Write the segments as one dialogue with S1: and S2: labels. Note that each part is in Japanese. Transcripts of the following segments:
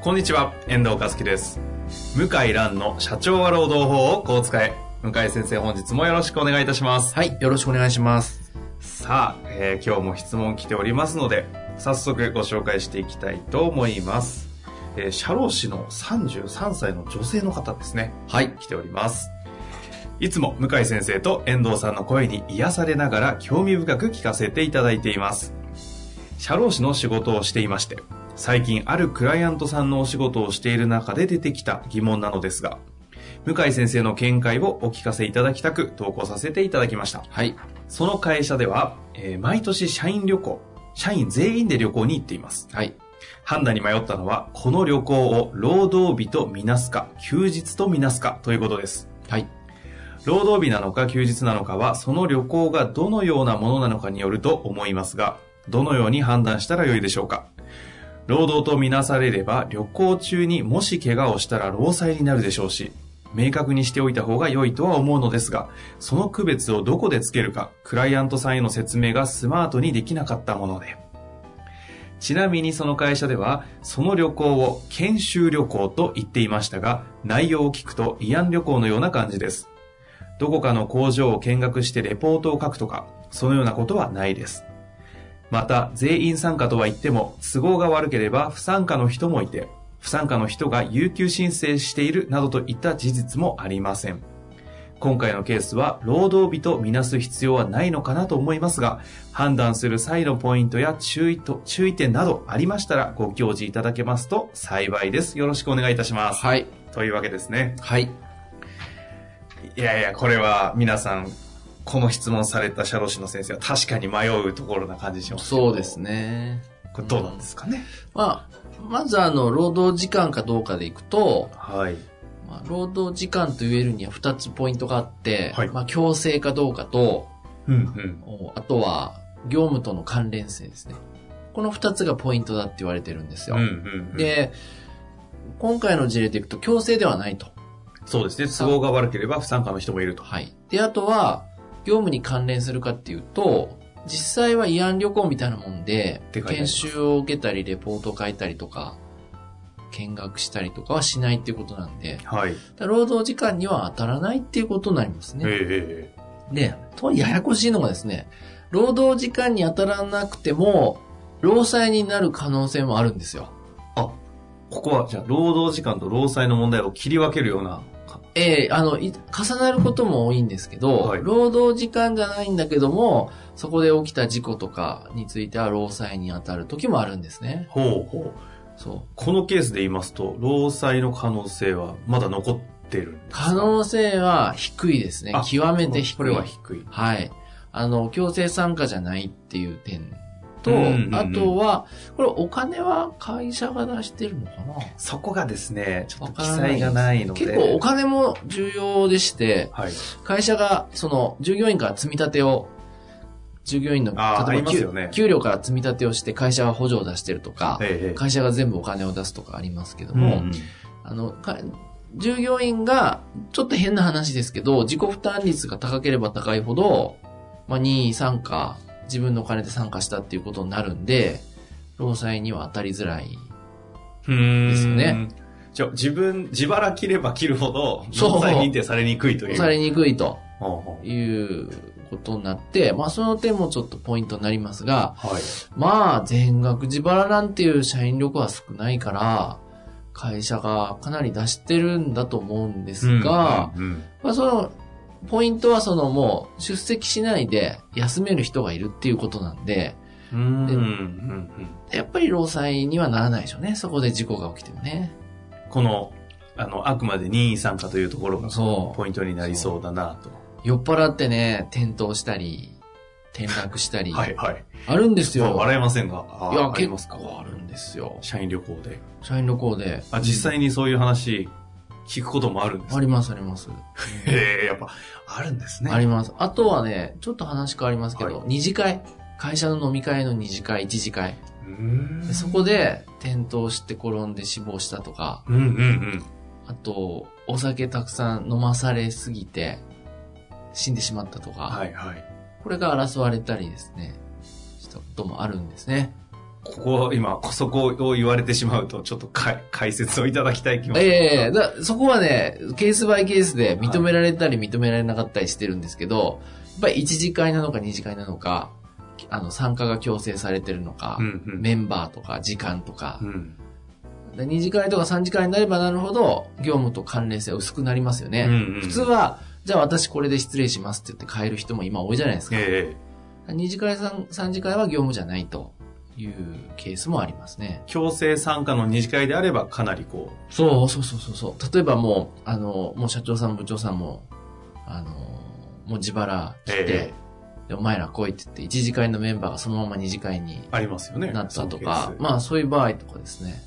S1: こんにちは、遠藤和樹です。向井蘭の社長は労働法をこう使え。向井先生、本日もよろしくお願いいたします。
S2: はい、よろしくお願いします。
S1: さあ、えー今日も質問来ておりますので、早速ご紹介していきたいと思います。えー社労士の33歳の女性の方ですね。
S2: はい。
S1: 来ております。いつも向井先生と遠藤さんの声に癒されながら興味深く聞かせていただいています。社労士の仕事をしていまして、最近あるクライアントさんのお仕事をしている中で出てきた疑問なのですが、向井先生の見解をお聞かせいただきたく投稿させていただきました。
S2: はい。
S1: その会社では、えー毎年社員旅行、社員全員で旅行に行っています。
S2: はい。
S1: 判断に迷ったのは、この旅行を労働日とみなすか、休日とみなすかということです。
S2: はい。
S1: 労働日なのか休日なのかは、その旅行がどのようなものなのかによると思いますが、どのように判断したらよいでしょうか。労働とみなされれば、旅行中にもし怪我をしたら労災になるでしょうし、明確にしておいた方が良いとは思うのですが、その区別をどこでつけるか、クライアントさんへの説明がスマートにできなかったもので。ちなみにその会社では、その旅行を研修旅行と言っていましたが、内容を聞くと慰安旅行のような感じです。どこかの工場を見学してレポートを書くとか、そのようなことはないです。また、全員参加とは言っても、都合が悪ければ不参加の人もいて、不参加の人が有給申請しているなどといった事実もありません。今回のケースは、労働日とみなす必要はないのかなと思いますが、判断する際のポイントや注意と、注意点などありましたらご教示いただけますと幸いです。よろしくお願いいたします。
S2: はい。
S1: というわけですね。
S2: はい。
S1: いやいや、これは皆さん、この質問された社労士の先生は確かに迷うところな感じしますけど
S2: そうです。ね。
S1: これどうなんですかね。
S2: まあ、まずあの、労働時間かどうかでいくと、
S1: はい。
S2: まあ、労働時間と言えるには2つポイントがあって、
S1: はい
S2: まあ、強制かどうかと、
S1: うんうん。
S2: おあとは、業務との関連性ですね。この2つがポイントだって言われてるんです
S1: う
S2: よ。
S1: んうんうん、
S2: で、今回の事例でいくと、強制ではないと。
S1: そうですね。都合が悪ければ不参加の人もいると。
S2: はい。で、あとは、業務に関連するかっていうと、実際は慰安旅行みたいなもんで
S1: で、かいね
S2: 研修を受けたり、レポートを書いたりとか、見学したりとかはしないっていうことなんで、
S1: はい。え
S2: だから労働時間には当たらないっていうことになりますね。
S1: え
S2: で、とややこしいのがですね、労働時間に当たらなくても、労災になる可能性もあるんですよ。
S1: ここは、じゃあ、労働時間と労災の問題を切り分けるような。か
S2: ええあの、い重なることも多いんですけど、
S1: はい
S2: 労働時間じゃないんだけども、そこで起きた事故とかについては労災に当たる時もあるんですね。
S1: ほうほう。
S2: そう。
S1: このケースで言いますと、労災の可能性はまだ残ってるんですか
S2: 可能性は低いですね
S1: あ。
S2: 極めて低い。
S1: これは低い。
S2: はい。あの、強制参加じゃないっていう点と、
S1: うんうんうん
S2: あとは、これお金は会社が出してるのかな
S1: そこがですね、ちょっと記
S2: わからない
S1: 載がないので。
S2: 結構お金も重要でして、
S1: はい。
S2: 会社が、その、従業員から積み立てを、従業員の、
S1: あーありますよね
S2: 給給料から積み立てをして会社が補助を出してるとか、
S1: ええ
S2: 会社が全部お金を出すとかありますけども、
S1: んん
S2: あの、か従業員が、ちょっと変な話ですけど、自己負担率が高ければ高いほど、まあ、任意参加、自分のお金で参加したっていうことになるんで、労災には当たりづらい。
S1: です
S2: ね。
S1: じゃあ自分、自腹切れば切るほど、
S2: そう
S1: 存在認定されにくいという。
S2: されにくいと
S1: ほうほ
S2: いうことになって、まあ、その点もちょっとポイントになりますが、
S1: うはい。
S2: まあ、全額自腹なんていう社員旅行は少ないから、会社がかなり出してるんだと思うんですが、
S1: うんうん
S2: まあその、ポイントはそのもう出席しないで休める人がいるっていうことなんで、
S1: うん、うん
S2: で
S1: うんうん
S2: やっぱり労災にはならないでしょうね。そこで事故が起きてもね。
S1: この、あの、あくまで任意参加というところが、
S2: そう
S1: ポイントになりそうだなと。
S2: 酔っ払ってね、転倒したり、転落した り、
S1: はいはい。
S2: あるんです
S1: まあ
S2: よ。
S1: 笑えませんが、
S2: い
S1: あ
S2: や、
S1: ありま
S2: 結
S1: すか。
S2: 構あるんですよ。
S1: 社員旅行で。
S2: 社員旅行で。
S1: あ、実
S2: に、
S1: 際にそういう話、聞くこともあるんです
S2: あ
S1: ね
S2: ります、あります。
S1: へえ、やっぱ、あるんですね。
S2: あります。あとはね、ちょっと話変わりますけど、
S1: は
S2: 二次会。会社の飲み会の二次会、一次会。
S1: うー
S2: で
S1: ん
S2: そこで、転倒して転んで死亡したとか、
S1: うんうんうん。
S2: あと、お酒たくさん飲まされすぎて、死んでしまったとか、
S1: はいはい。
S2: これが争われたりですね、したこともあるんですね。
S1: ここ、今、そこを言われてしまうと、ちょっとか解説をいただきたい気も
S2: ええだそこはね、ケースバイケースで認められたり認められなかったりしてるんですけど、やっぱり一次会なのか二次会なのか、あの、参加が強制されてるのか、
S1: うんうん。
S2: メンバーとか時間とか
S1: う、ん。
S2: で二次会とか三次会になればなるほど、業務と関連性は薄くなりますよね。
S1: うんうん
S2: 普通は、じゃあ私これで失礼しますって言って帰る人も今多いじゃないですか。
S1: ええ
S2: 二次会三、三次会は業務じゃないというケースもありますね。
S1: 強制参加の二次会であれば、かなりこ
S2: そうそうそうそうそう。例えばもう、あの、もう社長さん部長さんも、あの、もう自腹来て、
S1: え
S2: でお前ら来いって言って、一次会のメンバーがそのまま二次会に
S1: う、ありますよね。
S2: なったと
S1: そ
S2: か
S1: の、ケース
S2: まあそういう場合とかですね、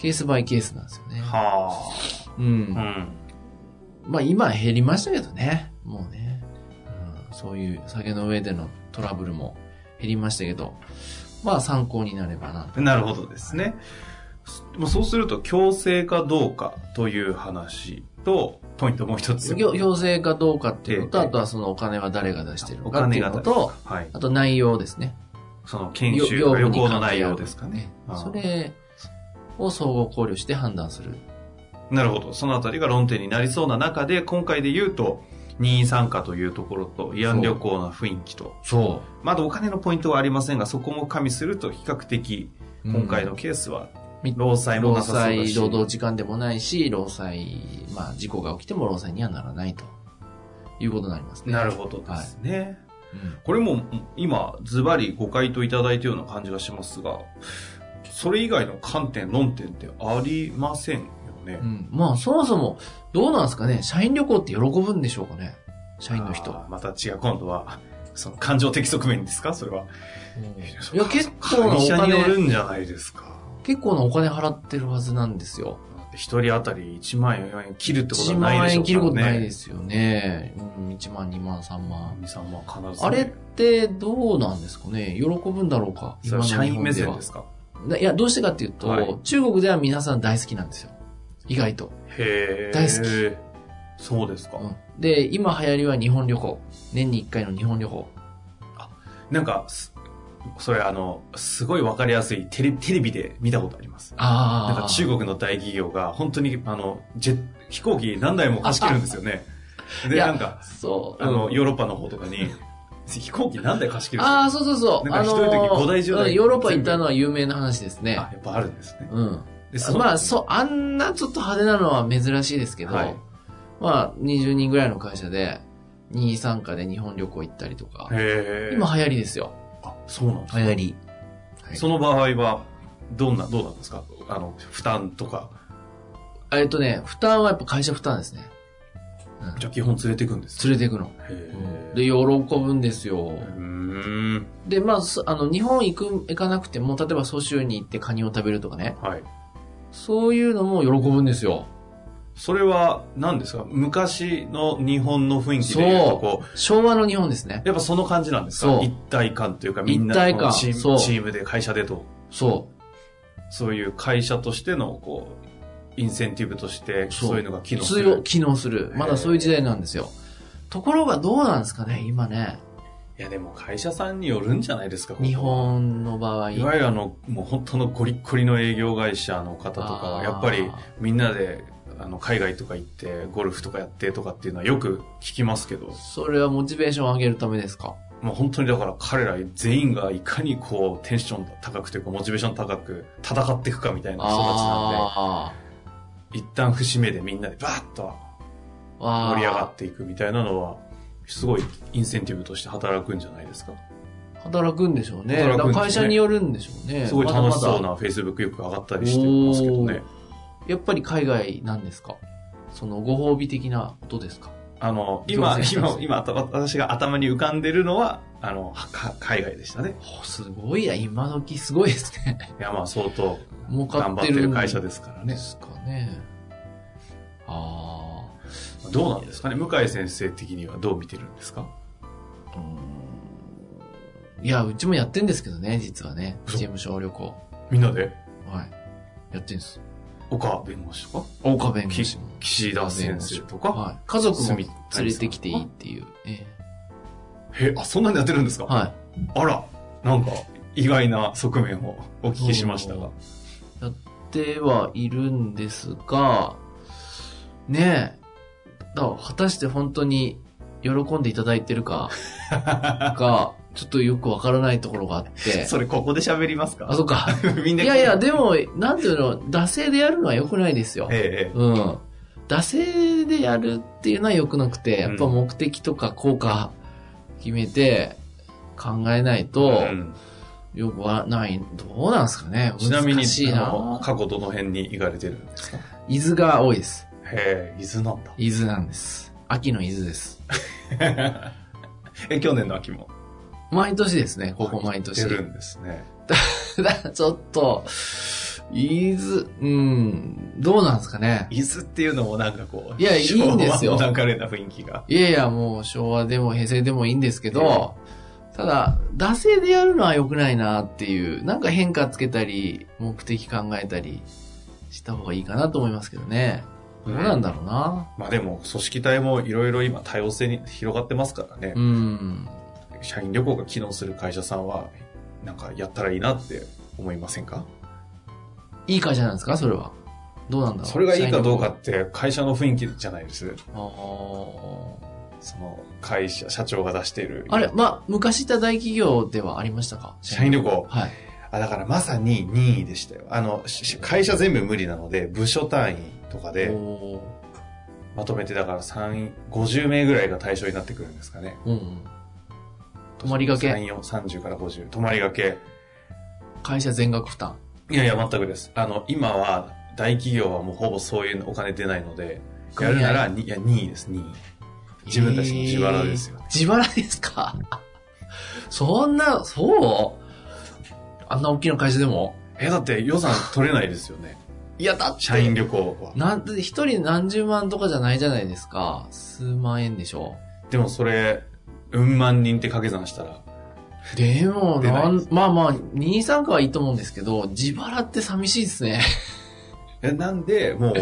S2: ケースバイケースなんですよね。
S1: は
S2: う
S1: あ。
S2: ん
S1: う。ん。
S2: まあ今は減りましたけどね、もうね。うん、そういう酒の上でのトラブルも減りましたけど、まあ参考になればなと。
S1: なるほどですね。まあそうすると、強制かどうかという話と、ポイントもう一つ。
S2: 行行政かどうかっていうのと、
S1: ええ
S2: あとはそのお金は誰が出してるの
S1: お
S2: かって
S1: 金
S2: いう
S1: が
S2: の
S1: 出
S2: と、
S1: はい。
S2: あと内容ですね。
S1: その研修
S2: 業
S1: か、旅
S2: 務に
S1: 行
S2: 関係
S1: の
S2: ある
S1: 内容ですかね。ああ
S2: それを総合考慮して判断する。
S1: なるほど。そのあたりが論点になりそうな中で、今回で言うと、任意参加というところと、慰安旅行の雰囲気と、
S2: そ
S1: まだお金のポイントはありませんが、そこも加味すると、比較的、
S2: うん
S1: 今回のケースは
S2: み、
S1: 労災も
S2: 労
S1: なさそうだ
S2: 災
S1: し、
S2: 労働時間でもないし、労災、まあ事故が起きても労災にはならないということになりますね。
S1: なるほどですね。
S2: うん
S1: これも、今、ズバリご回答いただいたような感じがしますが、それ以外の観点、論点ってありませんよね
S2: う。ん、まあそもそもどうなんですかね社員旅行って喜ぶんでしょうかね社員の人、
S1: あーまた違う、今度は、その感情的側面ですかそれは。
S2: うん
S1: い
S2: いや結構なお
S1: 会社によ
S2: 金
S1: るんじゃないですか。
S2: 結構なお金払ってるはずなんですよ
S1: 一人当たり1万円切るってこと
S2: 1
S1: はない
S2: 万
S1: でしょうからね。
S2: 円切ることないですよね、うん、1万2万3万
S1: 二三万必ずね。
S2: あれってどうなんですかね喜ぶんだろうか
S1: それは社員目線ですすか
S2: いやどうしてかっていうと、
S1: はい
S2: 中国では皆さん大好きなんですよ意外と、
S1: へえ。
S2: 大
S1: 好き。そうですか。
S2: うんで今流行りは日本旅行年に1回の日本旅行
S1: なんか、すそれあの、すごいわかりやすいテレテレビで見たことあります。
S2: あ
S1: な
S2: あ
S1: んか中国の大企業が本当にあの、ジェ飛行機何台も貸し切るんですよね。で、
S2: いや
S1: なんか、
S2: そう
S1: あの、ヨーロッパの方とかに、飛行機何台貸し切るんですか
S2: ああ、そうそうそう。
S1: なんか一人の時
S2: あのー
S1: 五大十大
S2: うんヨーロッパ行ったのは有名な話ですね。
S1: あやっぱあるんですね。
S2: うん。
S1: でその
S2: まあ、そう、あんなちょっと派手なのは珍しいですけど、
S1: はい
S2: まあ、20人ぐらいの会社で、任意参加で日本旅行行ったりとか、
S1: へえ。
S2: 今流行りですよ。
S1: あ、そうなんです
S2: 流行り。はい
S1: その場合は、どんな、どうなんですかあの、負担とか。
S2: えっとね、負担はやっぱ会社負担ですね。
S1: じゃあ基本連れてくんです
S2: 連れて行くの。
S1: へ
S2: で、喜ぶんですよ。
S1: ーうーん。
S2: で、まあ、そあの、日本行く、行かなくても、例えば蘇州に行ってカニを食べるとかね、
S1: はい。
S2: そういうのも喜ぶんですよ。
S1: それは、何ですか昔の日本の雰囲気で言うと、こう、
S2: 昭和の日本ですね。
S1: やっぱその感じなんですか
S2: そう
S1: 一体感というか、みんな
S2: 一体感
S1: こうチーム
S2: そう
S1: チームで会社でと、
S2: そう。
S1: そういう会社としての、こう、インセンティブとして、
S2: そう
S1: そういうのが機能す
S2: 通
S1: る。
S2: 用機能する。まだそういう時代なんですよ。ところがどうなんですかね、今ね。
S1: いや、でも会社さんによるんじゃないですかここ
S2: 日本の場合。
S1: いわゆるあの、もう本当のゴリッゴリの営業会社の方とかは、やっぱり、みんなであの海外とか行ってゴルフとかやってとかっていうのはよく聞きますけど
S2: それはモチベーションを上げるためですか。
S1: もう本当にだから彼ら全員がいかにこうテンション高くというかモチベーション高く戦っていくかみたいな育ちなん
S2: あ
S1: で一旦節目でみんなでバーッと
S2: ーあー。
S1: 盛り上がっていくみたいなのはすごいインセンティブとして働くんじゃないですか
S2: 働くんでしょうね。
S1: 働くんでしょうね
S2: だから会社によるんでしょうね。
S1: すごい楽しそう
S2: まだまだ
S1: なフェイスブックよく上がったりしてますけどね
S2: やっぱり海外なんですかそのご褒美的なことですか
S1: あの、今
S2: 上、手
S1: 今、今、た私が頭に浮かんでるのは、あの、か海外でしたね。
S2: おすごいや、今時すごいですね。
S1: いや、まあ、相当、
S2: 儲か
S1: 頑
S2: っ
S1: 張ってて
S2: る
S1: る会社ですから
S2: で
S1: ね。
S2: すかね。あ
S1: どうなんですかね向井先生的にはどう見てるんですか
S2: あ。うんいや、うちもやってんですけどね、実はね。
S1: 嘘
S2: 事務所旅行。
S1: みんなで、
S2: はい。やってんです。
S1: 岡弁護士とか、
S2: 岡弁護
S1: き
S2: 士も。
S1: 岸田先生とか、
S2: はい。家族も
S1: 住
S2: 連
S1: 谷さん
S2: れてきていいっていう。え
S1: へ、あ、そんなにやってるんですか、
S2: えはい。
S1: あら、なんか、意外な側面をお聞きしましたが。
S2: やってはいるんですが、ねえ。だから果たして本当に喜んでいただいてるか が、ちょっとよくわからないところがあって。
S1: それ、ここで喋ります
S2: あ、
S1: か
S2: そっか。
S1: みん
S2: い
S1: な、
S2: やいや、、でも、なんていうの、惰性でやるのは良くないですよ。
S1: ええ、
S2: うん。惰性でやるっていうのは良くなくて、やっぱ目的とか効果決めて考えない
S1: ええ。
S2: と、
S1: ん
S2: よくはない、どうなんですかね。
S1: ちなみに、
S2: 難しい
S1: あの
S2: な。
S1: 過去どの辺に行かれてるんですか
S2: 伊豆が多いです。
S1: へえ、伊豆なんだ。
S2: 伊豆なんです。秋の伊豆です。
S1: え、去年の秋も。
S2: 毎年ですね、ここ毎年。
S1: 出るんですね。
S2: だ ちょっと、伊豆、うん、どうなんですかね。
S1: 伊豆っていうのもなんかこう、
S2: いやいいんですよ
S1: 昭和の流れな雰囲気が。
S2: いやいや、もう昭和でも平成でもいいんですけど、ただ、惰性でやるのは良くないなっていう、なんか変化つけたり、目的考えたりした方がいいかなと思いますけどね。どうなんだろうな。
S1: まあでも、組織体もいろいろ今多様性に広がってますからね
S2: う。ん。
S1: 社員旅行が機能する会社さんは、なんかやったらいいなって思いませんか
S2: いい会社なんですかそれは。どうなんだろう
S1: それがいいかどうかって会社の雰囲気じゃないです。
S2: あー
S1: その会社、社長が出している。
S2: あれ、まあ、昔いた大企業ではありましたか
S1: 社員旅行。
S2: はい。
S1: あ、だからまさに任意でしたよ。あの、しし会社全部無理なので、部署単位とかで、
S2: おー
S1: まとめてだから3、50名ぐらいが対象になってくるんですかね。
S2: うんうん。泊まりがけ。
S1: 3、4、30から50。泊まりがけ。
S2: 会社全額負担。
S1: いやいや、全くです。あの、今は、大企業はもうほぼそういうお金出ないので、やるなら、にいや、2位です、2位。自分たちの自腹ですよね
S2: えー自腹ですか そんな、そうあんな大きな会社でも
S1: え、だって予算取れないですよね。
S2: いや、だって。
S1: 社員旅行は。
S2: なんだって一人何十万とかじゃないじゃないですか。数万円でしょ。
S1: でもそれ、うん万人って掛け算したら、
S2: でも、
S1: 出ない
S2: なん、まあまあ、2、3かはいいと思うんですけど、自腹って寂しいですね。
S1: え、なんで、もう、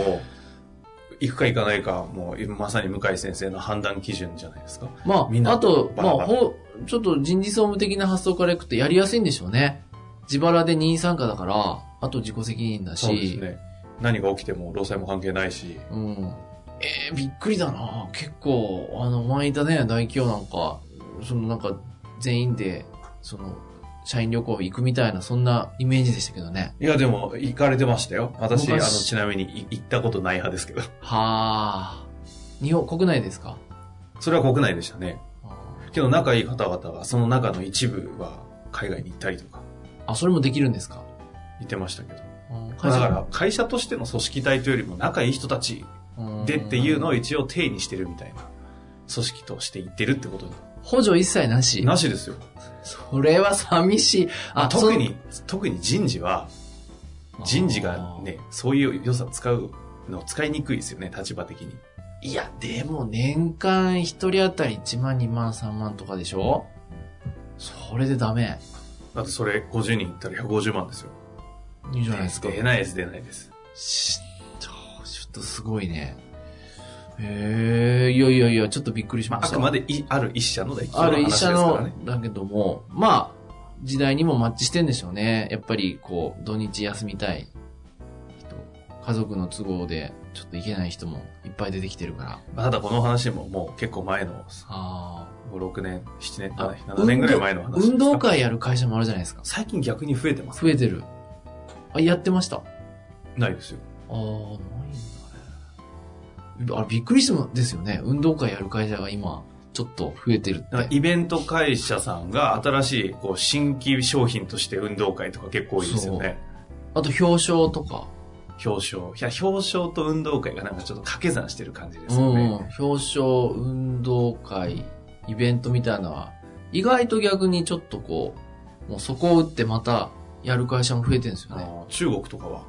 S1: 行くか行かないか、もう、まさに向井先生の判断基準じゃないですか。
S2: ま
S1: みん
S2: あ、
S1: な
S2: あと、
S1: バ
S2: まあ
S1: ラバラ、
S2: ほちょっと人事総務的な発想からいくとやりやすいんでしょうね。自腹で任意参加だから、あと自己責任だし。
S1: そうですね。何が起きても、労災も関係ないし、
S2: うん。えー、びっくりだな結構、あの、前いたね、大企業なんか、そのなんか、全員で、その、社員旅行行くみたいな、そんなイメージでしたけどね。
S1: いや、でも、行かれてましたよ。私、あの、
S2: 昔
S1: ちなみに、い行ったことない派ですけど。
S2: はあ。日本、国内ですか
S1: それは国内でしたね。
S2: あ
S1: けど、仲いい方々は、その中の一部は、海外に行ったりとか、
S2: ーあ、それもできるんですか
S1: 言ってましたけど。ま
S2: あー
S1: あだから、会社としての組織体というよりも、仲いい人たち
S2: うん
S1: でっていうのを一応定にしてるみたいな、組織として言ってるってことに
S2: 補助一切なし。
S1: なしですよ。
S2: それは寂しい。
S1: あ特に、特に人事は、
S2: そ
S1: 人事がね、そういう良さ使うの使いにくいですよね、立場的に。
S2: いや、でも年間一人当たり1万、2万、3万とかでしょそれでダメ。
S1: だってそれ50人いったら150万ですよ。
S2: いいじゃないですか。
S1: 出ないです、出ないです。
S2: しちょっとすごいね。へえ、いやいやいや、ちょっとびっくりし
S1: ま
S2: ま
S1: あ、あ
S2: した。
S1: くまでいある一社の大
S2: あ
S1: 企業の
S2: る医
S1: 話です
S2: 者
S1: から
S2: の
S1: ね。、
S2: だけども、まあ、時代にもマッチしてんでしょうね。やっぱり、こう、土日休みたい人、家族の都合で、ちょっと行けない人もいっぱい出てきてるから。
S1: まあ、ただこの話ももう結構前の
S2: あ
S1: 5、6年、7年、
S2: あ
S1: 7年、7年ぐらい前の話です
S2: 運動会やる会社もあるじゃないですか。
S1: 最近逆に増えてます。
S2: 増えてる。あ、やってました。あ
S1: ないですよ。
S2: あ、ないんだね。あれ、びっくりしてもですよね。運動会やる会社が今、ちょっと増えてるって。
S1: だからイベント会社さんが新しいこう新規商品として運動会とか結構多いですよね。
S2: あと表彰とか、
S1: 表彰。いや、表彰と運動会がなんかちょっと掛け算してる感じです
S2: う
S1: よ
S2: ん、
S1: ね。
S2: 表彰、運動会、イベントみたいなのは、意外と逆にちょっとこう、もうそこを打ってまたやる会社も増えてるんですよ
S1: あ
S2: ね。
S1: の中国とかは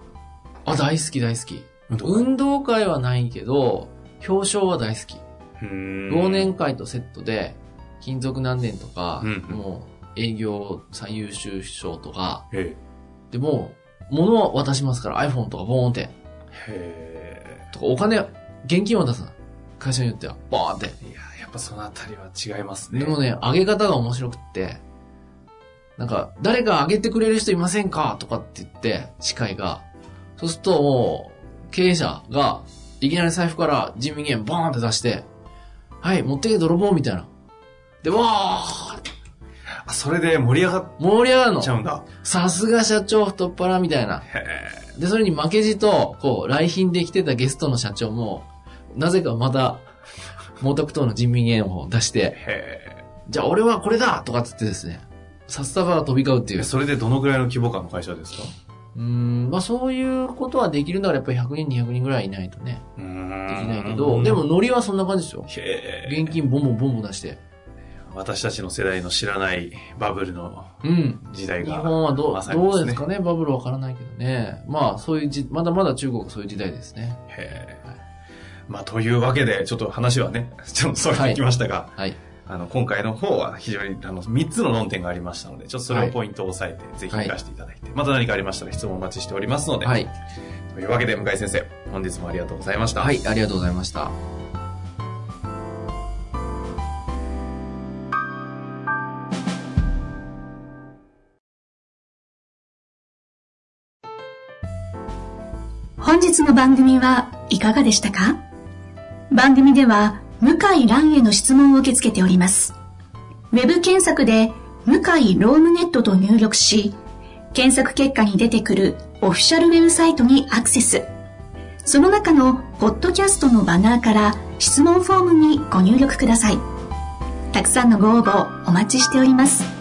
S2: あ、大好き大好き。
S1: 運動会
S2: 運動会はないけど、表彰は大好き。
S1: うーん
S2: 忘年会とセットで、金属何年とか、
S1: うんうん
S2: もう営業最優秀賞とか、
S1: え
S2: でもう、物は渡しますから、iPhone とかボーンって、
S1: えへ
S2: とかお金、現金渡すな。会社によっては、ボーンって。
S1: え。いや、やっぱそのあたりは違いますね。
S2: でもね、上げ方が面白くって、なんか、誰か上げてくれる人いませんかとかって言って、司会が。そうするともう、経営者が、いきなり財布から人民元ボーンって出して、はい、持ってけ泥棒みたいな。で、わーって
S1: あ、それで盛り上がっ
S2: 盛り上がるの
S1: ちゃ。うんだ。
S2: さすが社長太っ腹みたいな。
S1: へえ。
S2: で、それに負けじと、こう、来賓で来てたゲストの社長も、なぜかまた、毛沢東の人民元を出して、
S1: へ
S2: じゃあ俺はこれだとかっつってですね、札束が飛び交うってい
S1: え。
S2: う。
S1: それでどのぐらいの規模感の会社ですか
S2: うーん、まあそういうことはできるならやっぱり100人、200人ぐらいいないとね、
S1: うーん
S2: できないけど、でも、ノリはそんな感じですよ。
S1: へえ。
S2: 現金ボンボンボンボン出して。
S1: 私たちの世代の知らないバブルの
S2: うん。
S1: 時代
S2: 日
S1: が。
S2: 本はど,、
S1: まさに
S2: どう
S1: ね
S2: ですかねバブルわからないけどね。まあそういうじ、まだまだ中国はそういう時代ですね。
S1: へえ。まあ、というわけで、ちょっと話はね、ちょっとそれてきましたが、
S2: はい。
S1: あの、今回の方は非常に、あの、3つの論点がありましたので、ちょっとそれをポイントを押さえて、ぜひ活かしていただいて、また何かありましたら質問お待ちしておりますので、
S2: はい。
S1: というわけで、向井先生、本日もありがとうございました。
S2: はい、ありがとうございました。
S3: 本日の番組はいかがでしたか番組では向井蘭への質問を受け付けております。ウェブ検索で向井ロームネットと入力し、検索結果に出てくるオフィシャルウェブサイトにアクセス。その中のポッドキャストのバナーから質問フォームにご入力ください。たくさんのご応募お待ちしております。